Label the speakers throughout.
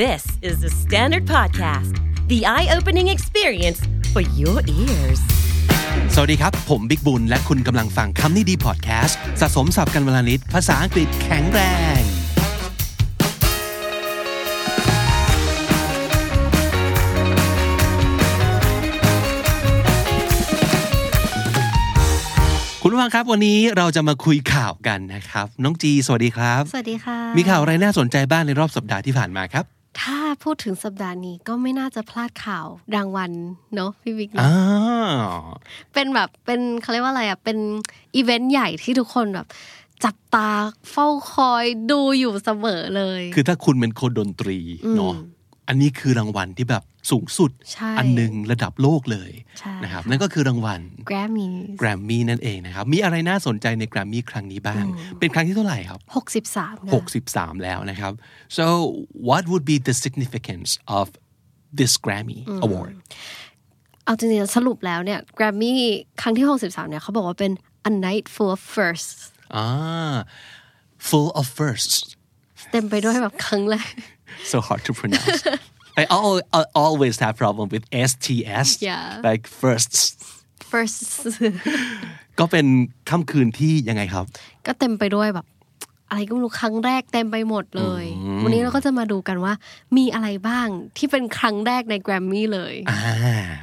Speaker 1: This is the Standard Podcast, the eye opening experience for your ears.
Speaker 2: สวัสดีครับ ผมบิ๊กบุญ และคุณกำลังฟังคำนี้ดีพอดแคสต์สะสมสับกันวลานิด ภาษาอังกฤษแข็งแรง คุณผู้ฟังครับวันนี้เราจะมาคุยข่าวกันนะครับ น้องจีสวัสดีครับ
Speaker 3: สวัสดีค่ะ
Speaker 2: มีข่าวอะไรน่าสนใจบ้างในรอบสัปดาห์ที่ผ่านมาครับ
Speaker 3: ถ้าพูดถึงสัปดาห์นี้ก็ไม่น่าจะพลาดข่าวรางวัลเนาะพี่บิ๊กเนอะ
Speaker 2: อ้าว
Speaker 3: เป็นแบบเป็นเขาเรียกว่าอะไรอ่ะ เป็นอีเวนต์ใหญ่ที่ทุกคนแบบ จับตาเฝ้าคอยดูอยู่เสมอเลย
Speaker 2: คือถ้าคุณเป็นคนดนตรีเนาะ
Speaker 3: อืม
Speaker 2: อันนี้คือรางวัลที่แบบสูงสุด
Speaker 3: ใช่
Speaker 2: อันหนึ่งระดับโลกเลย
Speaker 3: ใช่
Speaker 2: นะครับ
Speaker 3: ค่ะ
Speaker 2: นั่นก็คือรางวัล
Speaker 3: แกรมมี่
Speaker 2: แกรมมี่นั่นเองนะครับ มีอะไรน่าสนใจในแกรมมี่ครั้งนี้บ้าง เป็นครั้งที่เท่าไหร่ครับ
Speaker 3: หกสิบสาม
Speaker 2: 63 แล้วนะครับ so what would be the significance of this Grammy award
Speaker 3: เอาจริงๆสรุปแล้วเนี่ยแกรมมี่ครั้งที่ 63 เนี่ยเขาบอกว่าเป็น a night full of firsts
Speaker 2: อ่า full of firsts
Speaker 3: เต็มไปด้วยแบบครั้งแรก
Speaker 2: so hard to pronounce I al- I always have problem with sts
Speaker 3: Yeah.
Speaker 2: like firsts
Speaker 3: firsts
Speaker 2: ก็เป็นค่ำคืนที่ยังไงครับ
Speaker 3: ก็เต็มไปด้วยแบบ อะไรก็ไม่รู้ครั้งแรกเต็มไปหมดเลย วันนี้เราก็จะมาดูกันว่า มีอะไรบ้างที่เป็นครั้งแรกในแกรมมี่เลย
Speaker 2: อ่า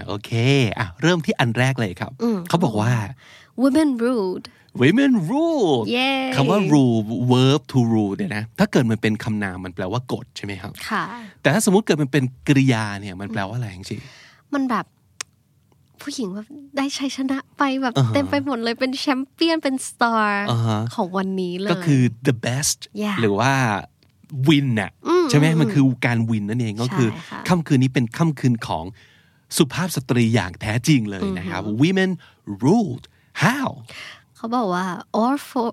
Speaker 2: โอเคอ่ะเริ่มที่อันแรกเลยครับ เขาบอกว่า
Speaker 3: Women Rude
Speaker 2: women rule
Speaker 3: เย้
Speaker 2: คำว่า rule verb to rule เนี่ยนะ ถ้าเกิดมันเป็นคำนามมันแปลว่ากฎใช่ไหมครับ
Speaker 3: ค่ะ
Speaker 2: แต่ถ้าสมมติเกิดมันเป็นกริยาเนี่ยมันแปลว่าอะไรจริง
Speaker 3: มันแบบ ผู้หญิงแบบได้ชัยชนะไปแบบเต็มไปหมดเลยเป็นแชมเปี้ยนเป็นสตาร์
Speaker 2: อ่าฮะ
Speaker 3: ของวันนี้เลย
Speaker 2: ก็คือ the best
Speaker 3: Yeah
Speaker 2: หรือว่า win น่ะใช่ไหมมันคือการ win นั่นเองก็คือ
Speaker 3: ใช่ค่ะ
Speaker 2: ค่ำคืนนี้เป็นค่ำคืนของสุภาพสตรีอย่างแท้จริงเลยนะครับ women ruled how
Speaker 3: เขาบอกว่า all four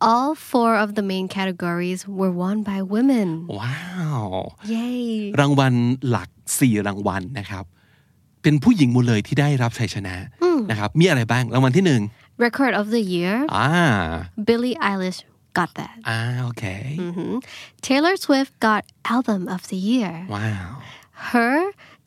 Speaker 3: all four of the main categories were won by women
Speaker 2: ว้าว
Speaker 3: เย้
Speaker 2: รางวัลหลักสี่รางวัลนะครับ เป็นผู้หญิงหมดเลยที่ได้รับชัยชนะนะครับ มีอะไรบ้างรางวัลที่หนึ่ง
Speaker 3: record of the year
Speaker 2: อ่า
Speaker 3: Billie Eilish got that
Speaker 2: อ่าโอเค
Speaker 3: Taylor Swift got Album of the Year.
Speaker 2: ว้าว
Speaker 3: Her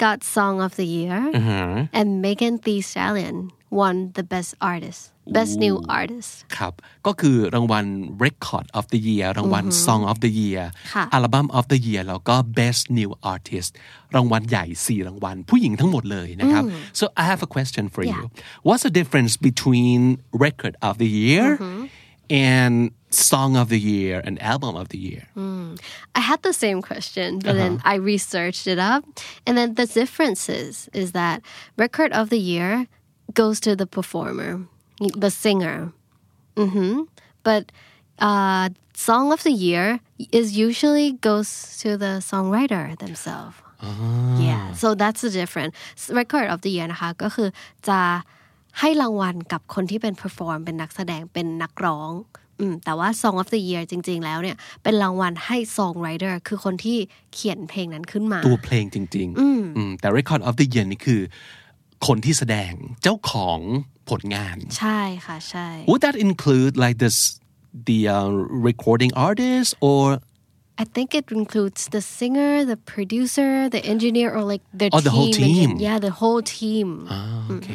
Speaker 3: got Song of the Year.
Speaker 2: Mm-hmm.
Speaker 3: And Megan Thee Stallion won the Best Artist, Best New Artist.
Speaker 2: ครับ ก็คือรางวัล Record of the Year รางวัล Song of the Year
Speaker 3: ค่ะ
Speaker 2: อัลบั้ม of the Year แล้วก็ Best New Artist รางวัลใหญ่ 4 รางวัล ผู้หญิงทั้งหมดเลยนะครับ so I have a question for you what's the difference between Record of the Year and Song of the Year and Album of the Year
Speaker 3: I had the same question, but then I researched it up. And then the differences is that Record of the Year goes to the performer, the singer. hmm But uh, Song of the Year is usually goes to the songwriter themselves. Yeah, so that's the difference. Record of the year นะคะก็คือจะให้รางวัลกับคนที่เป็น perform เป็นนักแสดงเป็นนักร้องอืมแต่ว่า song of the year จริง ๆ แล้วเนี่ย เป็นรางวัลให้ songwriter คือคนที่เขียนเพลงนั้นขึ้นมา
Speaker 2: ตัวเพลงจริงๆอืมแต่ Record of the Year นี่คือ คนที่แสดงเจ้าของผลงาน
Speaker 3: ใช่ค่ะ ใช่
Speaker 2: Would that include like this the uh, recording artist or
Speaker 3: I think it includes the singer the producer the engineer or like their
Speaker 2: Oh, the whole team.
Speaker 3: yeah the whole team
Speaker 2: โอเค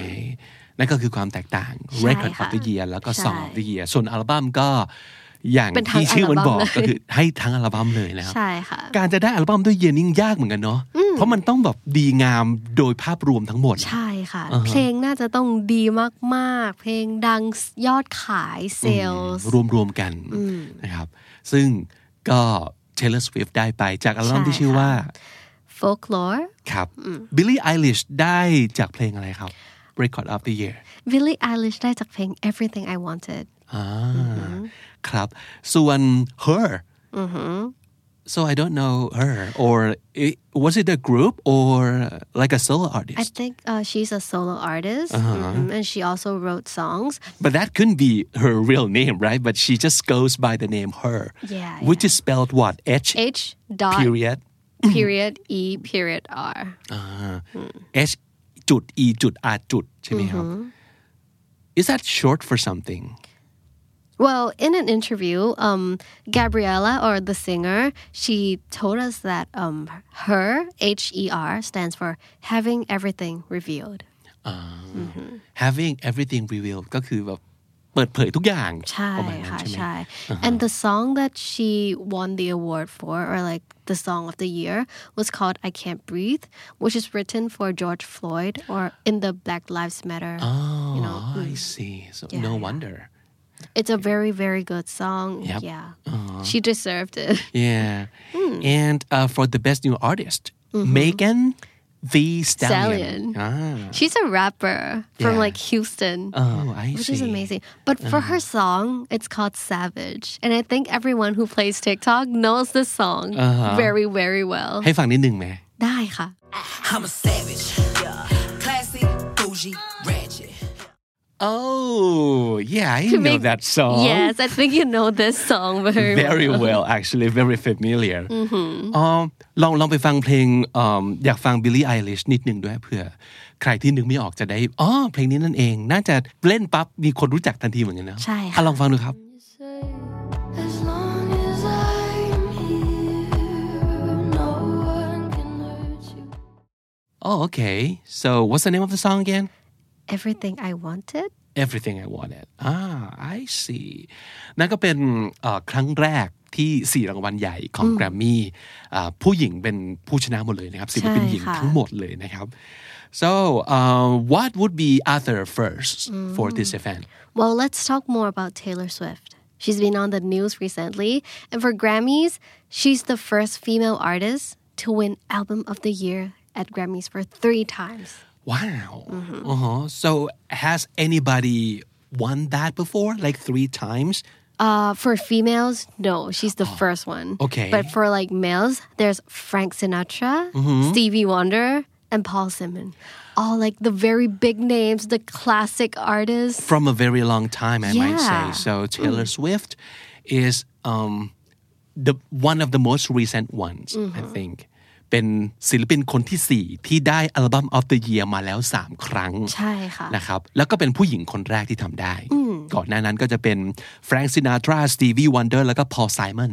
Speaker 2: นั่นก็คือความแตกต่าง
Speaker 3: ใช่
Speaker 2: Record
Speaker 3: ค่ะ
Speaker 2: of the Year แล้วก็ Song
Speaker 3: ใช่
Speaker 2: of the Year ส่วนอัลบั้มก็อย่าง
Speaker 3: เป็นทั้ง
Speaker 2: ที่ชื่อมันบอก
Speaker 3: อัลบั้มเลย
Speaker 2: ก็คือให้ทั้งอัลบั้มเลยนะครับ
Speaker 3: ใช่ค่ะ
Speaker 2: การจะได้อัลบั้มด้วยเย็นยิ่งยากเหมือนกันเนาะเพราะมันต้องแบบดีงามโดยภาพรวมทั้งหมด
Speaker 3: ใช่ค่ะ เพลงน่าจะต้องดีมากๆ เพลงดังยอดขายเซลล์
Speaker 2: รวมรวมๆกันนะครับ ซึ่งก็ Taylor Swift ได้ไปจากอัลบั้ม
Speaker 3: ใช่
Speaker 2: ที่ชื่อว่า
Speaker 3: folklore
Speaker 2: ครับ Billie Eilish ได้จากเพลงอะไรครับ Record of the Year
Speaker 3: Billie Eilish ได้จากเพลง Everything I Wanted
Speaker 2: อ่าครับ ส่วน Her so I don't know her or it, was it a group or like a solo
Speaker 3: I
Speaker 2: artist
Speaker 3: think uh, she's a solo artist
Speaker 2: Uh-huh.
Speaker 3: Mhm. and she also wrote songs
Speaker 2: but that couldn't be her real name right but she just goes by the name Her
Speaker 3: Yeah,
Speaker 2: which is spelled what H
Speaker 3: H dot
Speaker 2: period
Speaker 3: period E period R
Speaker 2: H จุด E จุด R จุดใช่ไหมครับ Is that short for something
Speaker 3: Well, in an interview, um, Gabriella or the singer, she told us that um, her H E R stands for having everything revealed.
Speaker 2: อ่า having everything revealed ก็คือแบบเปิดเผยทุกอย่างประมาณนั้นใช่ไหม
Speaker 3: ใช่ค่ะใช่
Speaker 2: Uh-huh.
Speaker 3: and the song that she won the award for or like the song of the year was called I Can't Breathe which is written for George Floyd or in the Black Lives Matter
Speaker 2: Oh,
Speaker 3: you know mm.
Speaker 2: I see. So no
Speaker 3: yeah.
Speaker 2: wonder.
Speaker 3: it's a very very good song
Speaker 2: Yep. Uh-huh.
Speaker 3: yeah she deserved it
Speaker 2: Yeah.
Speaker 3: Mm.
Speaker 2: And uh, for the best new artist,
Speaker 3: Mm-hmm.
Speaker 2: Megan the Stallion.
Speaker 3: Stallion.
Speaker 2: Ah.
Speaker 3: she's a rapper from
Speaker 2: Yeah.
Speaker 3: like Houston
Speaker 2: Oh, Uh-huh. I
Speaker 3: which
Speaker 2: see.
Speaker 3: is amazing. But for her song, it's called Savage. And I think everyone who plays TikTok knows this song
Speaker 2: Uh-huh.
Speaker 3: very, very well.
Speaker 2: ให้ฟังนิดนึงไหม
Speaker 3: ได้ค่ะ
Speaker 4: I'm a savage. Classy, bougie, ratchet.
Speaker 2: Oh, yeah, I
Speaker 3: To
Speaker 2: know
Speaker 3: make-
Speaker 2: that song.
Speaker 3: Yes, I think you know this song very,
Speaker 2: Very well, actually, very familiar. อ๋อลองลองไปฟังเพลงอืมอยากฟัง Billie Eilish นิดหนึ่งด้วยเผื่อ ใครที่นึกไม่ออกจะได้อ๋อเพลงนี้นั่นเอง น่าจะเล่นปั๊บ มีคนรู้จักทันทีเหมือนกันนะ
Speaker 3: ใช่ค่ะ
Speaker 2: อ่ลองฟังดูครับ
Speaker 5: As long as I'm here, no one can hurt you.
Speaker 2: Oh, okay. So, what's the name of the song again?
Speaker 3: Everything I Wanted.
Speaker 2: Everything I Wanted. Ah, I see. นั่นก็เป็นเอ่อครั้งแรกที่ 4 รางวัลใหญ่ของแกรมมี่อ่าผู้หญิงเป็นผู้ชนะหมดเลยนะครับศิลปินหญิง
Speaker 3: ค่ะ
Speaker 2: ทั้งหมดเลยนะครับ so uh, what would be other first for this event
Speaker 3: Well, let's talk more about Taylor Swift. She's been on the news recently. And for Grammys, she's the first female artist to win Album of the Year at Grammys for three times.
Speaker 2: wow uh-huh. so has anybody won that before like three times
Speaker 3: Uh, for females, no, she's the first one.
Speaker 2: Oh, okay.
Speaker 3: But for like males, there's Frank Sinatra,
Speaker 2: Mm-hmm.
Speaker 3: Stevie Wonder, and Paul Simon. All like the very big names, the classic artists.
Speaker 2: from a very long time, I might
Speaker 3: Yeah.
Speaker 2: say. So Taylor Swift is um, the one of the most recent ones, I think. เป็นศิลปินคนที่สี่ที่ได้อัลบั้ม of the year มาแล้วสามครั้ง
Speaker 3: ใช่ค่ะ
Speaker 2: นะครับแล้วก็เป็นผู้หญิงคนแรกที่ทำได้ ก่อนหน้านั้นก็จะเป็นแฟรงค์ซินาทราสตีวีวันเดอร์แล้วก็พอลไซมอน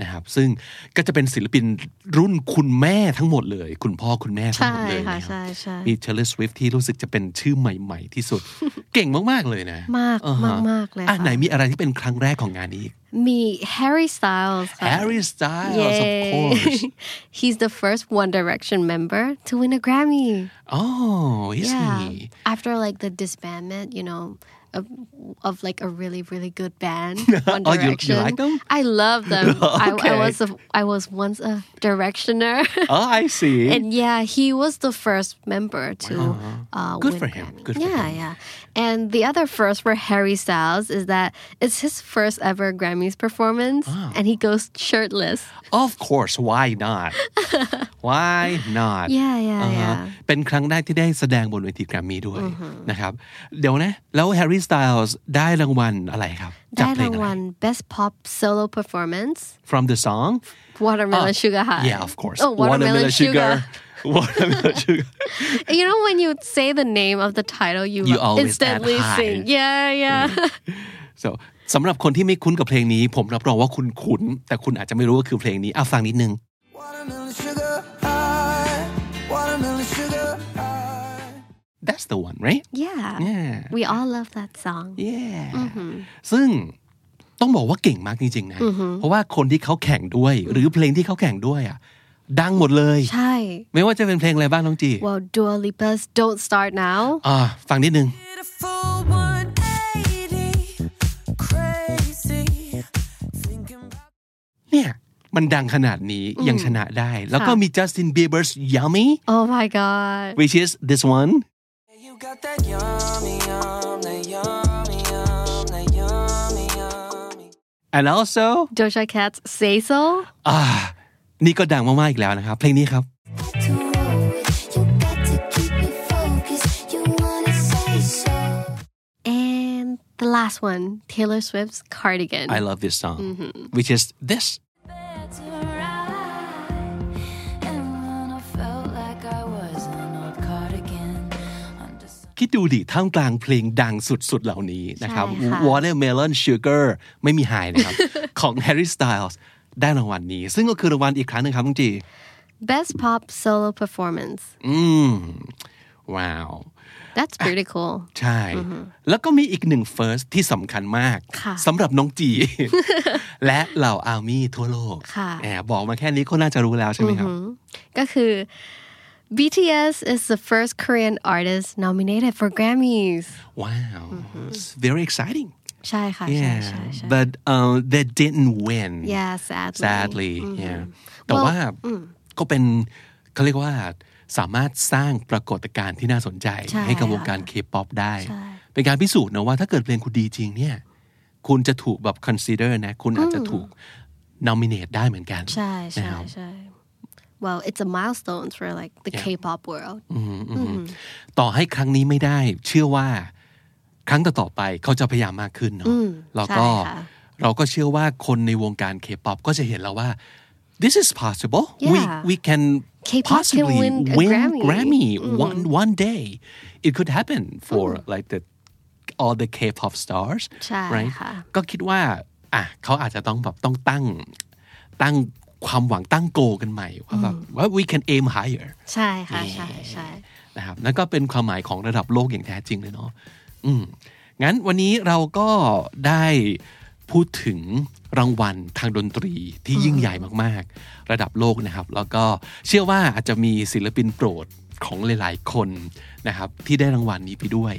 Speaker 2: นะครับซึ่งก็จะเป็นศิลปินรุ่นคุณแม่ทั้งหมดเลย คุณพ่อคุณแม่ทั้งหมดเลย
Speaker 3: ใช่
Speaker 2: น
Speaker 3: ค่ะ
Speaker 2: รับ
Speaker 3: ใช่ใช่
Speaker 2: มีเทเลสวิฟที่รู้สึกจะเป็นชื่อใหม่ ๆ ที่ สุด เก่งมาก ๆ เลยนะ
Speaker 3: มาก
Speaker 2: อ่ฮะ
Speaker 3: มากมากเลย
Speaker 2: อ่ะ
Speaker 3: ค่ะ
Speaker 2: ไหนมีอะไรที่เป็นครั้งแรกของงานนี้อีก
Speaker 3: Me, Harry Styles. ค่ะ
Speaker 2: Harry Styles of
Speaker 3: Yay.
Speaker 2: course
Speaker 3: He's the first One Direction member to win a Grammy.
Speaker 2: oh is
Speaker 3: Yeah.
Speaker 2: he
Speaker 3: After like the disbandment, you know, of, of like a really really good band, One
Speaker 2: Oh, you- you
Speaker 3: Direction.
Speaker 2: like them?
Speaker 3: I love them. I,
Speaker 2: Okay.
Speaker 3: I was a, I was once a Directioner,
Speaker 2: oh I see
Speaker 3: and yeah, he was the first member to. Uh,
Speaker 2: Good
Speaker 3: win
Speaker 2: for him.
Speaker 3: Grammy.
Speaker 2: Good for
Speaker 3: yeah, yeah. And the other first for Harry Styles is that it's his first ever Grammys performance, and he goes shirtless.
Speaker 2: Of course why not why not
Speaker 3: Yeah, yeah,
Speaker 2: อ่าฮะ
Speaker 3: yeah.
Speaker 2: เป็นครั้งแรกที่ได้แสดงบนเวทีแกรมมี่ด้วยนะครับ เดี๋ยวนะ แล้วแฮร์รี่สไตล์ได้รางวัลอะไรครับจากเพล
Speaker 3: ได้ราง ง
Speaker 2: อะไร
Speaker 3: วัล Best Pop Solo Performance
Speaker 2: from the song
Speaker 3: Watermelon Sugar High
Speaker 2: Oh, yeah of course
Speaker 3: oh Watermelon, Sugar,
Speaker 2: watermelon sugar
Speaker 3: you know when you say the name of the title you,
Speaker 2: You always
Speaker 3: instantly
Speaker 2: add high.
Speaker 3: sing yeah yeah
Speaker 2: so สำหรับคนที่ไม่คุ้นกับเพลงนี้ ผมรับรองว่าคุณคุ้น แต่คุณอาจจะไม่รู้ว่าคือเพลงนี้อ่ะฟังนิดนึง
Speaker 4: Watermelon sugar high. Watermelon sugar high.
Speaker 2: that's the one right
Speaker 3: yeah
Speaker 2: yeah
Speaker 3: we all love that song
Speaker 2: yeah ซึ่งต้องบอกว่าเก่งมากจริงๆนะ เพราะว่าคนที่เขาแข่งด้วย หรือเพลงที่เขาแข่งด้วยอ่ะดังหมดเลย
Speaker 3: ใช่
Speaker 2: ไม่ว่าจะเป็นเพลงอะไรบ้างน้องจี
Speaker 3: well Dua Lipa's Don't Start Now
Speaker 2: อ่าฟังนิดนึง
Speaker 4: Did a full 180. Crazy. Thinking about
Speaker 2: เนี่ยมันดังขนาดนี้ยังชนะได้ แล้วก็มี Justin Bieber's Yummy
Speaker 3: oh my god
Speaker 2: which is this one
Speaker 4: you got that yummy, yum, that yummy, yum, that yummy, yummy.
Speaker 2: and also
Speaker 3: Doja Cat's Say So
Speaker 2: อ่านี่ก็ดังมากๆอีกแล้วนะครับ เพลงนี้ครับ
Speaker 5: Got to roll with, you got to keep me focused. You wanna say so.
Speaker 3: and the last one Taylor Swift's Cardigan
Speaker 2: I love this song which is this
Speaker 5: better ride. And when I felt like I was an old cardigan under sun-
Speaker 2: คิดดูดิท่ามกลางเพลงดังสุดๆเหล่านี้นะครับ
Speaker 3: ใช่ค่ะ
Speaker 2: Watermelon Sugar ไม่มีหาย นะครับ ของ Harry Styles ได้รางวัลนี้ ซึ่งก็คือรางวัลอีกครั้งหนึ่งครับคุณจี
Speaker 3: Best Pop Solo Performance.
Speaker 2: อืม ว้าว
Speaker 3: That's pretty cool.
Speaker 2: ใช่ แล้วก็มีอีกหนึ่ง first ที่สำคัญมาก
Speaker 3: ค่ะ
Speaker 2: สำหรับน้อง จี และเหล่าอาร์มี่ทั่วโลก
Speaker 3: ค่ะ
Speaker 2: แอบบอกมาแค่นี้ก็น่าจะรู้แล้วใช่ไหมครับ
Speaker 3: ก็คือ BTS is the first Korean artist nominated for Grammys.
Speaker 2: wow it's very exciting
Speaker 3: ใช่ค่ะ
Speaker 2: yeah
Speaker 3: ใช่ๆๆๆ
Speaker 2: but um, they didn't win
Speaker 3: Yeah, sadly.
Speaker 2: sadly yeah แต่ว่าก็เป็นเขาเรียกว่าสามารถสร้างปรากฏการณ์ที่น่าสนใจ
Speaker 3: ใช่
Speaker 2: กับวง
Speaker 3: ค่ะ
Speaker 2: การเคป๊อปได้
Speaker 3: ใช่
Speaker 2: เป็นการพิสูจน์นะว่าถ้าเกิดเพลงคุณดีจริงเนี่ย คุณจะถูกแบบ consider นะ คุณอาจจะถูก nominate ได้เหมือนกันนะครับ
Speaker 3: ใช่ใช่ใช่ Well, it's a milestone for like the K-pop world.
Speaker 2: ต่อให้ครั้งนี้ไม่ได้ เชื่อว่าครั้งต่อๆไปเขาจะพยายามมากขึ้นเนาะแล้วก็
Speaker 3: ใช่ค่ะ
Speaker 2: เราก็เชื่อว่าคนในวงการเคป๊อปก็จะเห็นแล้วว่า this is possible we
Speaker 3: Yeah.
Speaker 2: we can
Speaker 3: K-pop can
Speaker 2: possibly
Speaker 3: win a
Speaker 2: win
Speaker 3: Grammy.
Speaker 2: Grammy one one day it could happen for like the all the K-pop stars
Speaker 3: ใช่
Speaker 2: right
Speaker 3: ค่ะ
Speaker 2: ก็คิดว่าอ่ะเขาอาจจะต้องแบบต้องตั้งตั้งความหวังตั้งโกกันใหม่ว่าแบบว่า we can aim higher
Speaker 3: ใช่ค่ะใช่ๆ
Speaker 2: นะครับนั่นก็เป็นความหมายของระดับโลกอย่างแท้จริงเลยเนาะอืมงั้นวันนี้เราก็ได้พูดถึงรางวัลทางดนตรีที่ยิ่งใหญ่มากๆ ระดับโลกนะครับ แล้วก็เชื่อว่าอาจจะมีศิลปินโปรดของหลายๆคนนะครับ ที่ได้รางวัลนี้ไปด้วย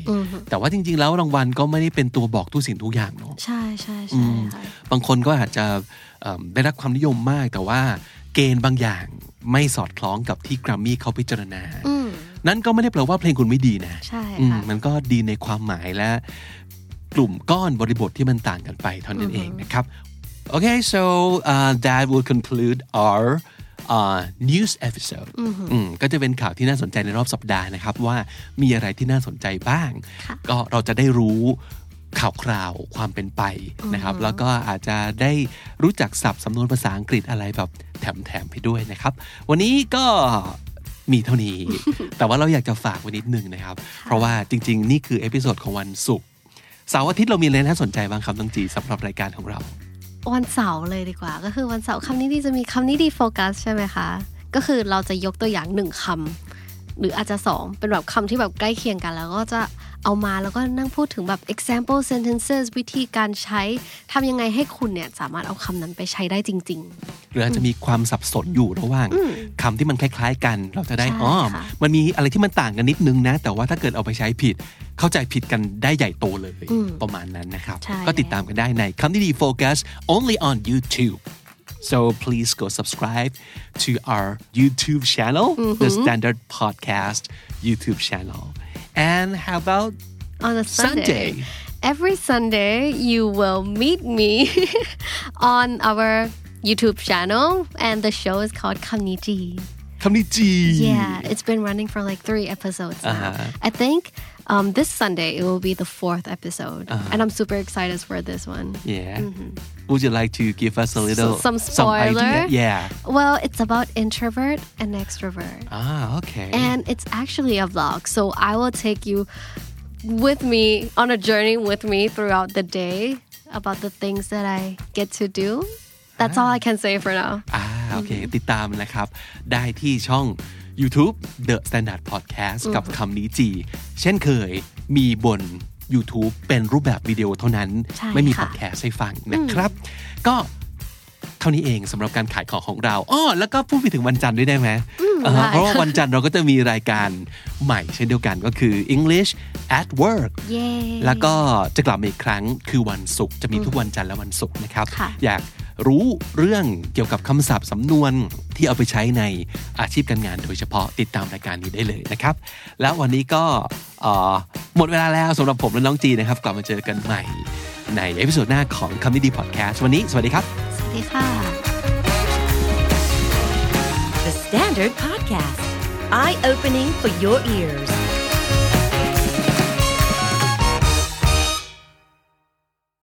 Speaker 2: แต่ว่าจริงๆ แล้วรางวัลก็ไม่ได้เป็นตัวบอกทุกสิ่งทุกอย่างเนาะ
Speaker 3: ใช่ใช่ใช่ค่ะ
Speaker 2: บางคนก็อาจจะเอิ่มได้รับความนิยมมาก แต่ว่าเกณฑ์บางอย่างไม่สอดคล้องกับที่แกรมมี่เขาพิจารณา
Speaker 3: Mm.
Speaker 2: นั่นก็ไม่ได้แปลว่าเพลงคุณไม่ดีนะ
Speaker 3: ใช่ค่ะ
Speaker 2: อืมมันก็ดีในความหมายและกลุ่มก้อนบริบทที่มันต่างกันไปเท่านั้นเองนะครับ Okay, so uh, that will conclude our uh, news episode อืมก็จะเป็นข่าวที่น่าสนใจในรอบสัปดาห์นะครับ ว่ามีอะไรที่น่าสนใจบ้าง ก็เราจะได้รู้ข่าวคราวความเป็นไปนะครับ แล้วก็อาจจะได้รู้จักศัพท์สำนวนภาษาอังกฤษอะไรแบบแถมๆไปด้วยนะครับ วันนี้ก็ มีเท่า นี้ แต่ว่าเราอยากจะฝากไว้นิดนึงนะครับ เพราะว่าจริง ๆ นี่คือเอพิโซดของวันศุกร์เสาร์อาทิตย์เรามีอะไรน่าสนใจบ้างครับน้องจีสำหรับรายการของเรา
Speaker 3: วันเสาร์เลยดีกว่า ก็คือวันเสาร์คำนี้ดีจะมีคำนี้ดีโฟกัสใช่ไหมคะ ก็คือเราจะยกตัวอย่างหนึ่งคำหรืออาจจะสองเป็นแบบคำที่แบบใกล้เคียงกัน แล้วก็จะเอามาแล้วก็นั่งพูดถึงแบบ example sentences วิธีการใช้ทำยังไงให้คุณเนี่ย สามารถเอาคำนั้นไปใช้ได้จริง
Speaker 2: หรืออาจจะมีความสับสนอยู่ระหว่างคำที่มันคล้าย ๆ กัน เราจะได้
Speaker 3: ใช่
Speaker 2: อ้อม
Speaker 3: ค่ะ
Speaker 2: มันมีอะไรที่มันต่างกันนิดนึงนะ แต่ว่าถ้าเกิดเอาไปใช้ผิด เข้าใจผิดกันได้ใหญ่โตเลยประมาณนั้นนะครับ
Speaker 3: ใช่
Speaker 2: ก็ติดตามกันได้ในคำที่ดีโฟกัส only on YouTube so please go subscribe to our YouTube channel the Standard Podcast YouTube channel and how about
Speaker 3: ๆ on a
Speaker 2: Sunday
Speaker 3: Sunday every Sunday you will meet me on our YouTube channel and the show is called คำนี้ดี
Speaker 2: คำนี้จี
Speaker 3: Yeah, it's been running for like three episodes now. I think um, this Sunday it will be the fourth episode, and I'm super excited for this one.
Speaker 2: yeah would you like to give us a little
Speaker 3: S- some
Speaker 2: idea
Speaker 3: spoiler?
Speaker 2: yeah
Speaker 3: Well, it's about introvert and extrovert,
Speaker 2: Ah, okay.
Speaker 3: and it's actually a vlog. So I will take you with me on a journey with me throughout the day about the things that I get to do. That's all I can say for now.
Speaker 2: อ่าโอเค ติดตามนะครับ ได้ที่ช่อง YouTube The Standard Podcast กับคำนี้จี เช่นเคยมีบน YouTube เป็นรูปแบบวิดีโอเท่านั้น
Speaker 3: ใช่
Speaker 2: ไม่มีพ
Speaker 3: ค่ะ
Speaker 2: อดแคสต์ให้ฟังนะครับ ก็เท่านี้เองสำหรับการขายของของเราอ้อแล้วก็พูดไปถึงวันจันทร์ด้วยได้ไหมอ่าฮะ
Speaker 3: ได้
Speaker 2: เพราะว่าวันจันทร์เราก็จะมีรายการใหม่เช่นเดียวกันก็คือ English at Work
Speaker 3: Yay!
Speaker 2: แล้วก็จะกลับมาอีกครั้งคือวันศุกร์จะมีทุกวันจันทร์และวันศุกร์นะครับ
Speaker 3: ค่ะ
Speaker 2: อยากรู้เรื่องเกี่ยวกับคำศัพท์สำนวนที่เอาไปใช้ในอาชีพการงานโดยเฉพาะติดตามรายการนี้ได้เลยนะครับ แล้ววันนี้ก็เอ่อหมดเวลาแล้วสำหรับผมและน้องจีนะครับ กลับมาเจอกันใหม่ ในเอพิโซดหน้าของคำนี้ดีพอดแคสต์วันนี้สวัสดีครับ
Speaker 3: สวัสดีค่ะ
Speaker 1: The Standard Podcast, eye opening for your ears.